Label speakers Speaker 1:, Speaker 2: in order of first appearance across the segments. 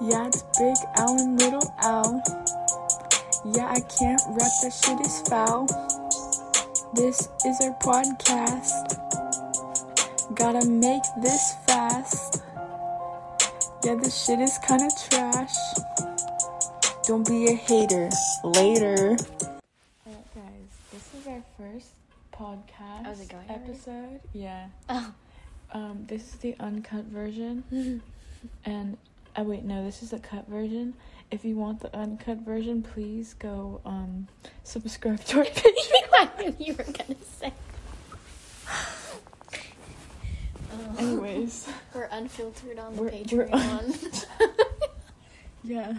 Speaker 1: Yeah, it's Big L and Little L. Yeah, I can't rep, that shit is foul. This is our podcast. Gotta make this fast. Yeah, this shit is kinda trash. Don't be a hater. Later. Alright, guys, this is our first podcast
Speaker 2: Oh, it going already?
Speaker 1: episode. Yeah.
Speaker 2: Oh.
Speaker 1: Um, this is the uncut version. and oh wait, no, this is the cut version. If you want the uncut version, please go um subscribe to our page.
Speaker 2: I knew you were gonna say. Oh,
Speaker 1: Anyways,
Speaker 2: we're unfiltered on the
Speaker 1: We're- we're
Speaker 2: Patreon.
Speaker 1: yeah,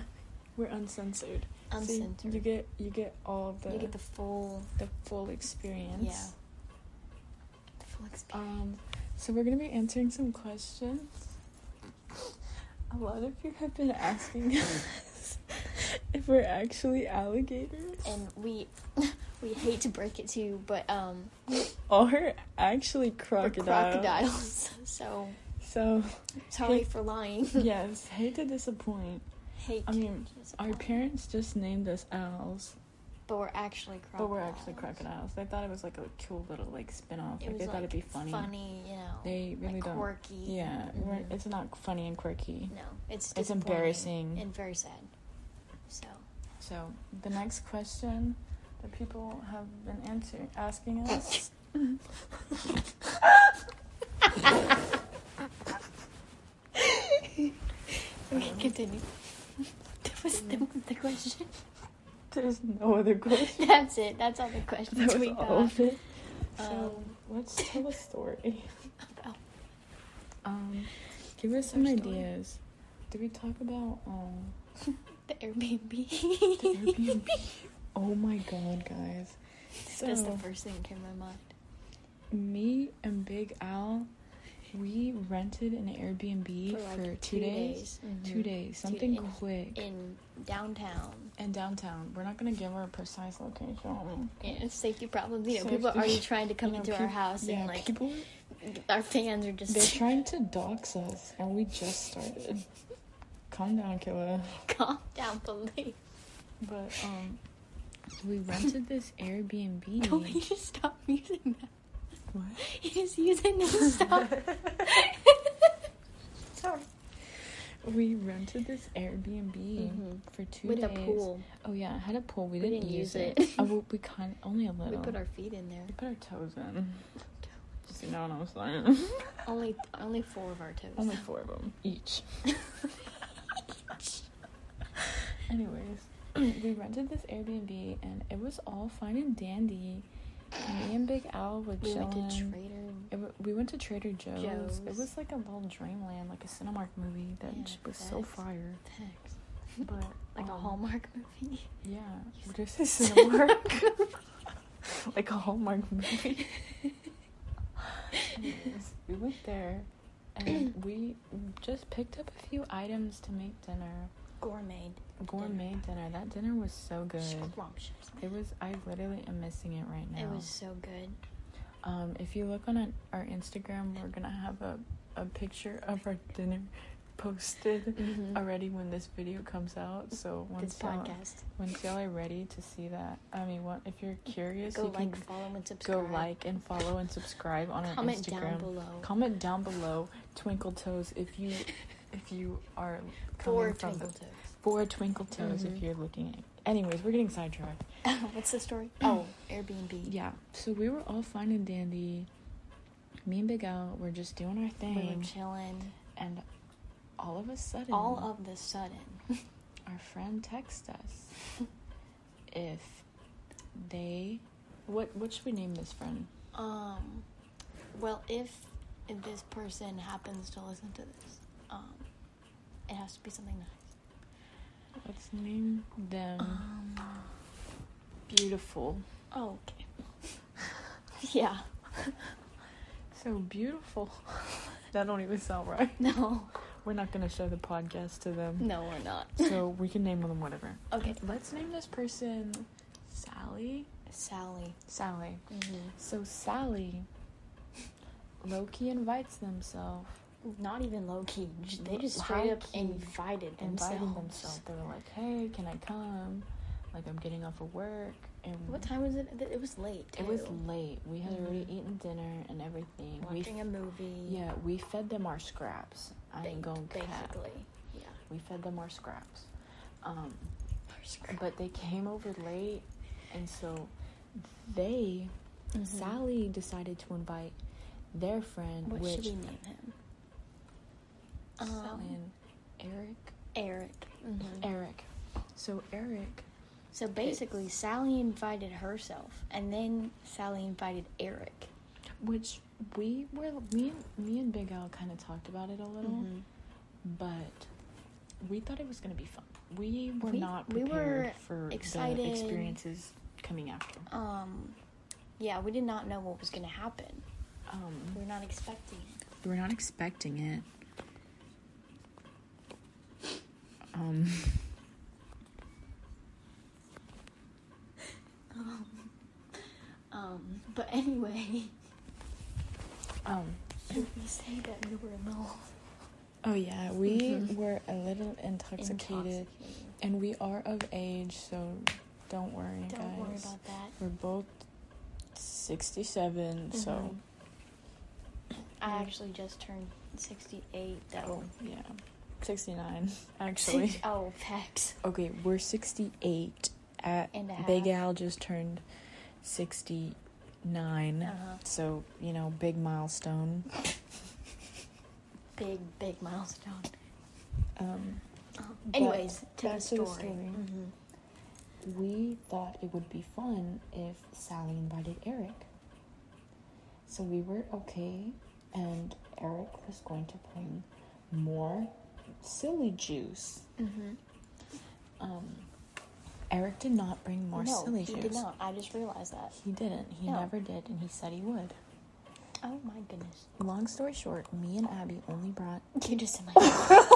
Speaker 1: we're uncensored. So you-
Speaker 2: Uncensored.
Speaker 1: you get you get all of the
Speaker 2: you get
Speaker 1: the,
Speaker 2: the full,
Speaker 1: full experience.
Speaker 2: Yeah. the full experience.
Speaker 1: Um, so we're gonna be answering some questions. A lot of you have been asking us if we're actually alligators.
Speaker 2: and we, we hate to break it to you, but um,
Speaker 1: are actually
Speaker 2: we're
Speaker 1: crocodiles.
Speaker 2: crocodiles. So
Speaker 1: So
Speaker 2: sorry
Speaker 1: Hey.
Speaker 2: for lying.
Speaker 1: yes, hate to disappoint.
Speaker 2: Hate.
Speaker 1: I mean,
Speaker 2: to
Speaker 1: Our
Speaker 2: disappoint.
Speaker 1: parents just named us owls,
Speaker 2: but we're actually crocodiles.
Speaker 1: but we're actually crocodiles. They thought it was like a cool little like spin-off.
Speaker 2: It
Speaker 1: like,
Speaker 2: was
Speaker 1: they
Speaker 2: like
Speaker 1: thought it'd be funny.
Speaker 2: Funny, you know.
Speaker 1: They really
Speaker 2: like
Speaker 1: don't.
Speaker 2: quirky.
Speaker 1: Yeah, we're-
Speaker 2: Mhm.
Speaker 1: it's not funny and quirky.
Speaker 2: no, it's
Speaker 1: It's
Speaker 2: disappointing
Speaker 1: embarrassing.
Speaker 2: and very sad. So
Speaker 1: So the next question that people have been answering, asking us.
Speaker 2: okay, continue. That was the, the question.
Speaker 1: There's no other question.
Speaker 2: That's it. That's all the questions
Speaker 1: That was
Speaker 2: we got.
Speaker 1: all of it. So
Speaker 2: Um,
Speaker 1: let's tell a story.
Speaker 2: about-
Speaker 1: Um, Oh. give us
Speaker 2: Our
Speaker 1: some
Speaker 2: story.
Speaker 1: ideas. Did we talk about um,
Speaker 2: the Airbnb.
Speaker 1: the Airbnb? oh my god, guys!
Speaker 2: That's the
Speaker 1: So
Speaker 2: first thing that came to my mind.
Speaker 1: me and Big Al, we rented an Airbnb for, two, days. Mm-hmm. Two
Speaker 2: Mhm.
Speaker 1: days,
Speaker 2: Two-
Speaker 1: something
Speaker 2: in-
Speaker 1: quick.
Speaker 2: in downtown.
Speaker 1: and downtown. We're not gonna give our precise location.
Speaker 2: Yeah, safety problems. You know, people
Speaker 1: Safety.
Speaker 2: are already trying to come
Speaker 1: You know,
Speaker 2: into our
Speaker 1: peop-
Speaker 2: house,
Speaker 1: Yeah,
Speaker 2: and like
Speaker 1: people.
Speaker 2: our fans are just
Speaker 1: They're trying to dox us, and we just started. Calm down, killer.
Speaker 2: calm down, please.
Speaker 1: But um, we rented this Airbnb.
Speaker 2: Don't we just stop using that?
Speaker 1: What?
Speaker 2: He's using this stuff. Sorry.
Speaker 1: We rented this Airbnb
Speaker 2: Mhm.
Speaker 1: for two
Speaker 2: With
Speaker 1: days.
Speaker 2: a pool,
Speaker 1: Oh yeah, it had a pool. We,
Speaker 2: We
Speaker 1: didn't,
Speaker 2: didn't
Speaker 1: use
Speaker 2: use
Speaker 1: it.
Speaker 2: it.
Speaker 1: oh, well, we kind only a little.
Speaker 2: we put our feet in there.
Speaker 1: We put our toes in. Just you know what I'm saying.
Speaker 2: Only, only four of our toes.
Speaker 1: only four of them each. Anyways, we rented this Airbnb and it was all fine and dandy. Me and Big Al were
Speaker 2: we
Speaker 1: chilling.
Speaker 2: went to Trader.
Speaker 1: It w- we went to Trader Joe's. It
Speaker 2: Joe's.
Speaker 1: was like a little dreamland, like a Cinemark movie that
Speaker 2: Yeah,
Speaker 1: j- was so
Speaker 2: that's-
Speaker 1: fire.
Speaker 2: Thanks.
Speaker 1: But
Speaker 2: Like a
Speaker 1: um,
Speaker 2: Hallmark movie.
Speaker 1: Yeah,
Speaker 2: You
Speaker 1: what is this Cinemark? like a Hallmark movie. Anyways, we went there, and we just picked up a few items to make dinner.
Speaker 2: Gourmet.
Speaker 1: Gourmet dinner. That dinner was so good.
Speaker 2: Scrumptious.
Speaker 1: It was. I literally am missing it right now.
Speaker 2: It was so good.
Speaker 1: Um, if you look on our- our Instagram, we're gonna have a, a picture of our dinner posted
Speaker 2: Mhm.
Speaker 1: already when this video comes out. So
Speaker 2: This
Speaker 1: once y'all,
Speaker 2: podcast.
Speaker 1: once y'all are ready to see that, I mean, what if you're curious,
Speaker 2: Go
Speaker 1: you can
Speaker 2: like, follow, and
Speaker 1: go
Speaker 2: subscribe.
Speaker 1: like and follow and subscribe on our
Speaker 2: Comment
Speaker 1: Instagram.
Speaker 2: down below.
Speaker 1: Comment down below, Twinkle Toes, if you if you are
Speaker 2: Four
Speaker 1: coming from
Speaker 2: twinkle
Speaker 1: the, for Twinkle Toes,
Speaker 2: Mhm.
Speaker 1: if you're looking. At, anyways, we're getting sidetracked.
Speaker 2: toes. What's the story? Oh, Airbnb.
Speaker 1: Yeah. So we were all fine and dandy. Me and Big Al were just doing our thing,
Speaker 2: We were chilling.
Speaker 1: and all of a sudden,
Speaker 2: All of the sudden,
Speaker 1: our friend texted us if they what what should we name this friend?
Speaker 2: um, well, if, if this person happens to listen to this, um, it has to be something nice.
Speaker 1: Let's name them
Speaker 2: Um,
Speaker 1: Beautiful.
Speaker 2: oh, okay. yeah.
Speaker 1: So beautiful. that don't even sound right.
Speaker 2: No.
Speaker 1: We're not gonna show the podcast to them.
Speaker 2: No, we're not.
Speaker 1: So we can name them whatever.
Speaker 2: Okay.
Speaker 1: Let's name this person Sally.
Speaker 2: Sally.
Speaker 1: Sally.
Speaker 2: Mm-hmm.
Speaker 1: So Sally, Loki invites themselves
Speaker 2: not even low key. j- They just
Speaker 1: Low
Speaker 2: straight up
Speaker 1: key.
Speaker 2: invited
Speaker 1: inviting
Speaker 2: themselves.
Speaker 1: themselves. They were like, "Hey, can I come? Like, I'm getting off of work." And
Speaker 2: What time was it? Th- It was late.
Speaker 1: It was
Speaker 2: too.
Speaker 1: late. We had already
Speaker 2: Mhm.
Speaker 1: eaten dinner and everything. We
Speaker 2: Watching a movie.
Speaker 1: yeah, we fed them our scraps. I
Speaker 2: ba-
Speaker 1: ain't going to cap.
Speaker 2: Basically. Yeah.
Speaker 1: We fed them our scraps. Um,
Speaker 2: Our
Speaker 1: but they came over late, and so they
Speaker 2: Mm-hmm.
Speaker 1: Sally decided to invite their friend,
Speaker 2: What
Speaker 1: which
Speaker 2: should we name him?
Speaker 1: Sally
Speaker 2: Um,
Speaker 1: and Eric.
Speaker 2: Eric. Mhm.
Speaker 1: Eric. So Eric
Speaker 2: So basically, Sally invited herself, and then Sally invited Eric.
Speaker 1: which we were me and me and Big Al kind of talked about it a little,
Speaker 2: Mhm.
Speaker 1: but we thought it was gonna be fun. We were
Speaker 2: We-
Speaker 1: not
Speaker 2: we
Speaker 1: prepared
Speaker 2: were
Speaker 1: for
Speaker 2: excited.
Speaker 1: the experiences coming after.
Speaker 2: Um, yeah, we did not know what was going to happen. We
Speaker 1: Um,
Speaker 2: were not expecting it.
Speaker 1: we were not expecting it. Um,
Speaker 2: Um, but anyway,
Speaker 1: um.
Speaker 2: we say that we were a little
Speaker 1: Oh yeah, we
Speaker 2: mm-hmm.
Speaker 1: were a little intoxicated,
Speaker 2: intoxicated.
Speaker 1: and we are of age, so don't worry,
Speaker 2: Don't
Speaker 1: guys.
Speaker 2: worry about that.
Speaker 1: We're both 67, so
Speaker 2: Mhm. I
Speaker 1: Mm.
Speaker 2: actually just turned 68,
Speaker 1: oh,
Speaker 2: though.
Speaker 1: yeah. 69 actually.
Speaker 2: Six- oh, facts.
Speaker 1: okay, we're 68 at
Speaker 2: And a half.
Speaker 1: Big Al just turned 69.
Speaker 2: Uh-huh.
Speaker 1: So, you know, big milestone.
Speaker 2: Big, big milestone.
Speaker 1: Um
Speaker 2: Um,
Speaker 1: But
Speaker 2: anyways, to the
Speaker 1: back to
Speaker 2: story.
Speaker 1: the story.
Speaker 2: Mhm.
Speaker 1: we thought it would be fun if Sally invited Eric. So we were okay, and Eric was going to bring more silly juice.
Speaker 2: Mm-hmm.
Speaker 1: Um, Eric did not bring more
Speaker 2: no,
Speaker 1: silly
Speaker 2: he
Speaker 1: juice.
Speaker 2: did not. I just realized that.
Speaker 1: He didn't. He
Speaker 2: No.
Speaker 1: never did, and he said he would.
Speaker 2: Oh my goodness.
Speaker 1: Long story short, me and Abby only brought.
Speaker 2: You just said my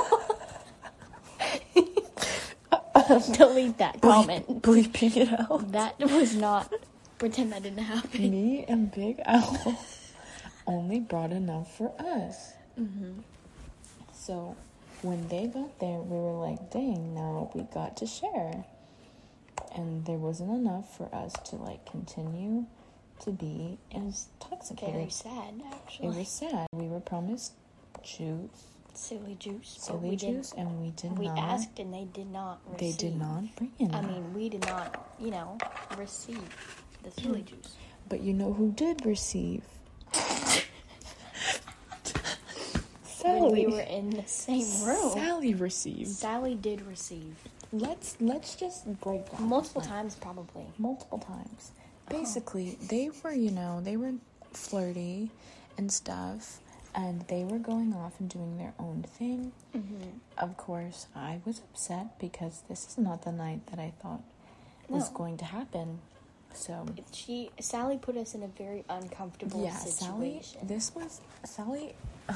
Speaker 2: Delete that comment.
Speaker 1: Bleeping it out.
Speaker 2: That was not. Pretend that didn't happen.
Speaker 1: me and Big Owl only brought enough for us.
Speaker 2: Mm-hmm.
Speaker 1: So when they got there, we were like, dang, now we got to share. And there wasn't enough for us to like continue to be
Speaker 2: Very
Speaker 1: intoxicated.
Speaker 2: sad,
Speaker 1: It
Speaker 2: actually.
Speaker 1: was sad. We were promised juice,
Speaker 2: silly juice. but
Speaker 1: silly
Speaker 2: we
Speaker 1: juice, and we did
Speaker 2: Didn't, we
Speaker 1: not.
Speaker 2: asked and they did not
Speaker 1: they
Speaker 2: receive.
Speaker 1: did not bring in.
Speaker 2: I
Speaker 1: that.
Speaker 2: mean, we did not, you know, receive the
Speaker 1: Hmm.
Speaker 2: silly juice.
Speaker 1: But you know who did receive?
Speaker 2: When
Speaker 1: Sally.
Speaker 2: we were in the same room.
Speaker 1: Sally received.
Speaker 2: Sally did receive
Speaker 1: Let's let's just break down
Speaker 2: multiple
Speaker 1: Like,
Speaker 2: times, probably.
Speaker 1: Multiple times.
Speaker 2: Oh.
Speaker 1: Basically, they were you know they were flirty and stuff, and they were going off and doing their own thing.
Speaker 2: Mm-hmm.
Speaker 1: Of course, I was upset because this is not the night that I thought was
Speaker 2: No.
Speaker 1: going to happen. So
Speaker 2: She Sally put us in a very uncomfortable
Speaker 1: yeah, Sally.
Speaker 2: situation.
Speaker 1: This was Sally. I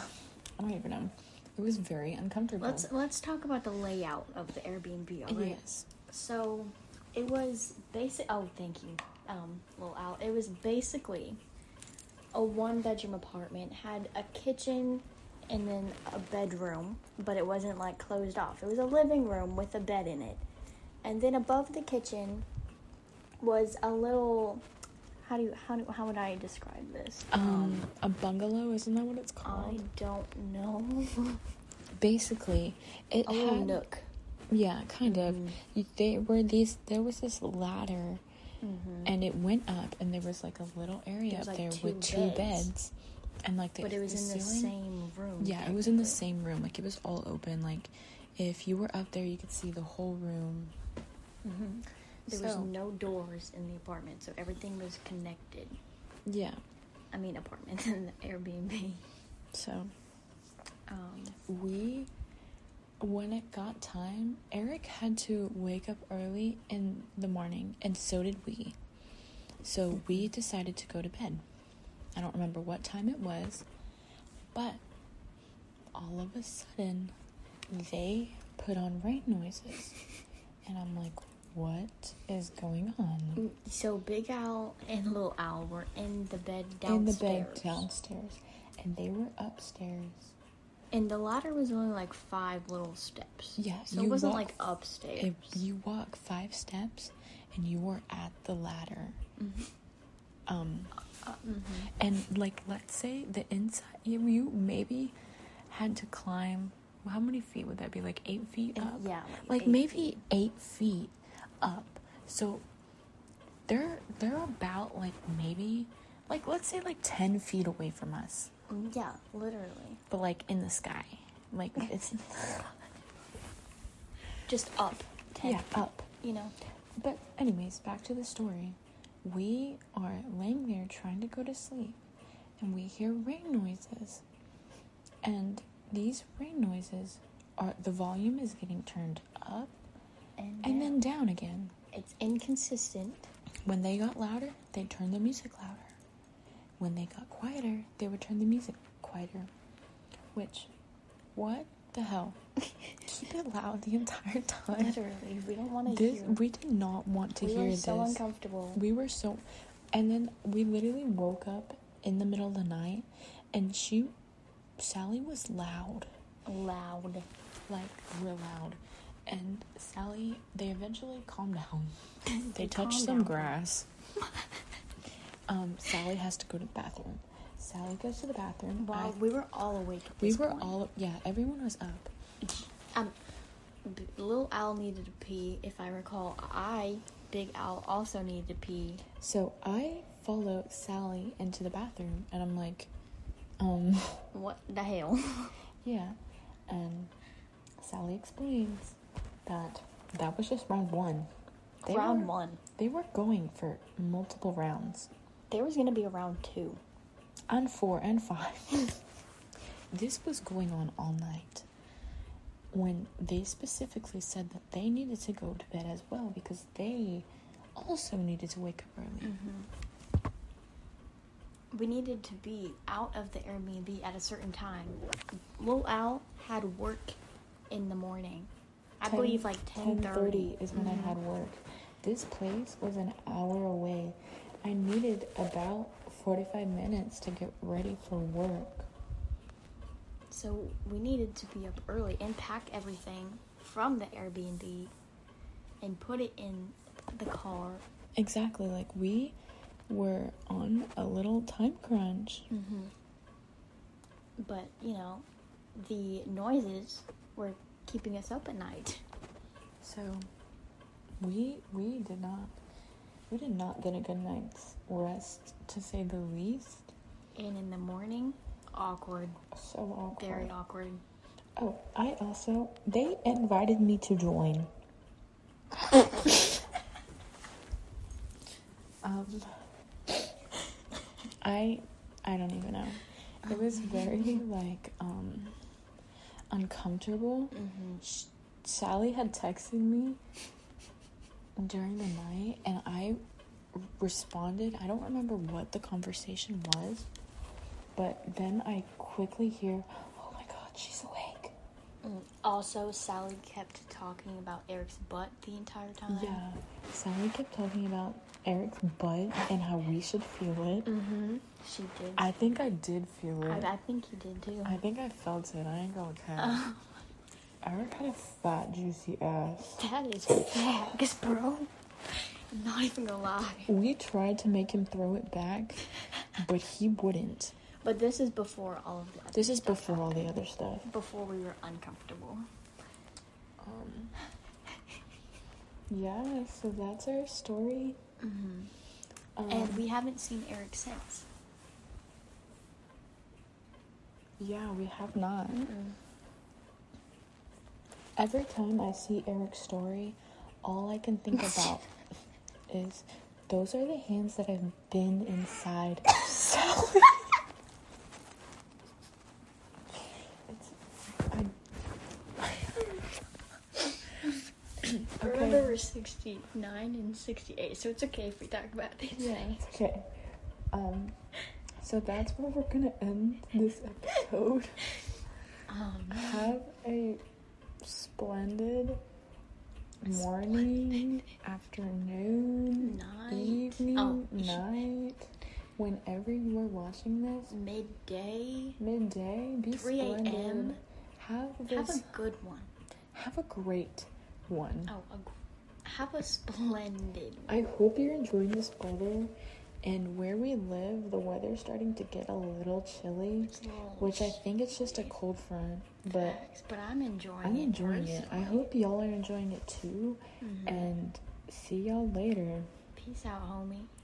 Speaker 1: don't even know. It was very uncomfortable.
Speaker 2: let's let's talk about the layout of the Airbnb. All right.
Speaker 1: yes.
Speaker 2: So it was basic. Oh, thank you, um, little Al. It was basically a one-bedroom apartment. Had a kitchen and then a bedroom, but it wasn't like closed off. It was a living room with a bed in it, and then above the kitchen was a little. How do you how do, how would I describe this?
Speaker 1: Um, a bungalow, isn't that what it's
Speaker 2: I
Speaker 1: called?
Speaker 2: don't know.
Speaker 1: Basically, it
Speaker 2: A little
Speaker 1: had
Speaker 2: nook.
Speaker 1: yeah, kind of.
Speaker 2: Mm-hmm.
Speaker 1: You They were these. There was this ladder, and it went up, and there was like a little area up
Speaker 2: There was, like,
Speaker 1: there
Speaker 2: two
Speaker 1: with two
Speaker 2: beds.
Speaker 1: beds, and like the
Speaker 2: But it was
Speaker 1: the
Speaker 2: in the
Speaker 1: ceiling-
Speaker 2: same room.
Speaker 1: Yeah, it was in the
Speaker 2: technically.
Speaker 1: same room. Like it was all open. Like if you were up there, you could see the whole room.
Speaker 2: Mm-hmm. There
Speaker 1: So-
Speaker 2: was no doors in the apartment, so everything was connected.
Speaker 1: Yeah.
Speaker 2: I mean, apartment and the Airbnb.
Speaker 1: So
Speaker 2: Um,
Speaker 1: we when it got time eric had to wake up early in the morning and so did we so we decided to go to bed i don't remember what time it was but all of a sudden they put on rain noises and i'm like what is going on
Speaker 2: so Big Owl and Little Owl were in the bed
Speaker 1: in the
Speaker 2: Mm, downstairs.
Speaker 1: bed downstairs and they were upstairs
Speaker 2: And the ladder was only like five little steps.
Speaker 1: Yeah,
Speaker 2: So
Speaker 1: you
Speaker 2: it wasn't
Speaker 1: walk-
Speaker 2: like upstairs.
Speaker 1: If you walk five steps and you are at the ladder,
Speaker 2: Mm-hmm.
Speaker 1: um,
Speaker 2: Uh,
Speaker 1: and like let's say the inside, you, you maybe had to climb. How many feet would that be? Like eight feet
Speaker 2: Uh,
Speaker 1: up.
Speaker 2: yeah,
Speaker 1: like,
Speaker 2: like eight
Speaker 1: maybe
Speaker 2: feet.
Speaker 1: eight feet up. So they're they're about like maybe like let's say like ten feet away from us,
Speaker 2: Mm, yeah, literally.
Speaker 1: but like in the sky, like it's
Speaker 2: Just up. 10,
Speaker 1: yeah up.
Speaker 2: You know?
Speaker 1: But, anyways, back to the story. We are laying there trying to go to sleep, and we hear rain noises. And these rain noises are the volume is getting turned up
Speaker 2: And,
Speaker 1: and
Speaker 2: yeah,
Speaker 1: then down again.
Speaker 2: it's inconsistent.
Speaker 1: When they got louder, they turned the music louder. When they got quieter, they would turn the music quieter. Which, what the hell? Keep it loud the entire time.
Speaker 2: Literally. We don't want to
Speaker 1: This
Speaker 2: hear.
Speaker 1: we did not want to
Speaker 2: we
Speaker 1: hear
Speaker 2: were so
Speaker 1: this.
Speaker 2: uncomfortable.
Speaker 1: We were so, and then we literally woke up in the middle of the night, and she, Sally was loud,
Speaker 2: Loud.
Speaker 1: like real loud, and Sally. They eventually calmed down. They,
Speaker 2: They
Speaker 1: touched some
Speaker 2: calmed down.
Speaker 1: grass. um, Sally has to go to the bathroom. Sally goes to the bathroom.
Speaker 2: Wow,
Speaker 1: I-
Speaker 2: we were all awake. At
Speaker 1: we
Speaker 2: this
Speaker 1: were
Speaker 2: point.
Speaker 1: all yeah. Everyone was up.
Speaker 2: Um, B- Little Al needed to pee, if I recall. I, Big Al, also needed to pee.
Speaker 1: So I follow Sally into the bathroom, and I'm like, um.
Speaker 2: What the hell?
Speaker 1: Yeah, and Sally explains that that was just round one.
Speaker 2: round
Speaker 1: were,
Speaker 2: one.
Speaker 1: They were going for multiple rounds,
Speaker 2: There was gonna be a round two.
Speaker 1: and four and five. this was going on all night. When they specifically said that they needed to go to bed as well because they also needed to wake up early.
Speaker 2: Mm-hmm. We needed to be out of the Airbnb at a certain time. Little Al had work in the morning. I
Speaker 1: 10
Speaker 2: believe like ten Mm-hmm.
Speaker 1: 10:30 is when I had work. This place was an hour away. I needed about 45 minutes to get ready for work.
Speaker 2: So we needed to be up early and pack everything from the Airbnb and put it in the car.
Speaker 1: Exactly, like we were on a little time crunch.
Speaker 2: But, you know, the noises were keeping us up at night.
Speaker 1: So we we did not we did not get a good night's rest to say the least.
Speaker 2: And in the morning, awkward.
Speaker 1: So awkward.
Speaker 2: Very awkward.
Speaker 1: Oh, I also they invited me to join. um, I I don't even know. It was very like um uncomfortable.
Speaker 2: Mm-hmm.
Speaker 1: Sh- Sally had texted me during the night, and I responded. I don't remember what the conversation was, but then I quickly hear, "Oh my God, she's awake."
Speaker 2: Mm. Also, Sally kept talking about Eric's butt the entire time.
Speaker 1: Yeah, Sally kept talking about Eric's butt and how we should feel it.
Speaker 2: Mm-hmm. She did. I,
Speaker 1: I think I did feel
Speaker 2: I,
Speaker 1: it.
Speaker 2: think you did too.
Speaker 1: I think I felt it. I ain't gonna count. Eric had a fat, juicy ass.
Speaker 2: that is facts, bro. I'm not even gonna lie.
Speaker 1: We tried to make him throw it back, but he wouldn't.
Speaker 2: But this is before all of that.
Speaker 1: This is before all the other stuff.
Speaker 2: before we were uncomfortable.
Speaker 1: Um, yeah, so that's our story.
Speaker 2: Mm-hmm.
Speaker 1: Um,
Speaker 2: And we haven't seen Eric since.
Speaker 1: yeah, we have not. Every time I see Eric's story, all I can think about is those are the hands that have been inside Sally. it's, I,
Speaker 2: Remember, we're 69 and 68, so it's okay if we talk about these things.
Speaker 1: okay. Um, so that's where we're gonna end this episode.
Speaker 2: Um,
Speaker 1: Have a splendid morning, afternoon,
Speaker 2: Night.
Speaker 1: evening,
Speaker 2: Oh.
Speaker 1: night. Whenever you are watching this,
Speaker 2: Midday.
Speaker 1: midday, be
Speaker 2: 3 a.m..
Speaker 1: splendid. Have
Speaker 2: Have
Speaker 1: this.
Speaker 2: a good one.
Speaker 1: have a great one.
Speaker 2: Oh, a, gr- have a splendid one.
Speaker 1: I hope you're enjoying this weather. And where we live, the weather's starting to get a little chilly,
Speaker 2: It's a little
Speaker 1: which I think it's just a cold front. But
Speaker 2: Facts, but I'm enjoying
Speaker 1: I'm
Speaker 2: it.
Speaker 1: enjoying it. I
Speaker 2: personally. Mm-hmm.
Speaker 1: hope y'all are enjoying it too. And see y'all later.
Speaker 2: Peace out, homie.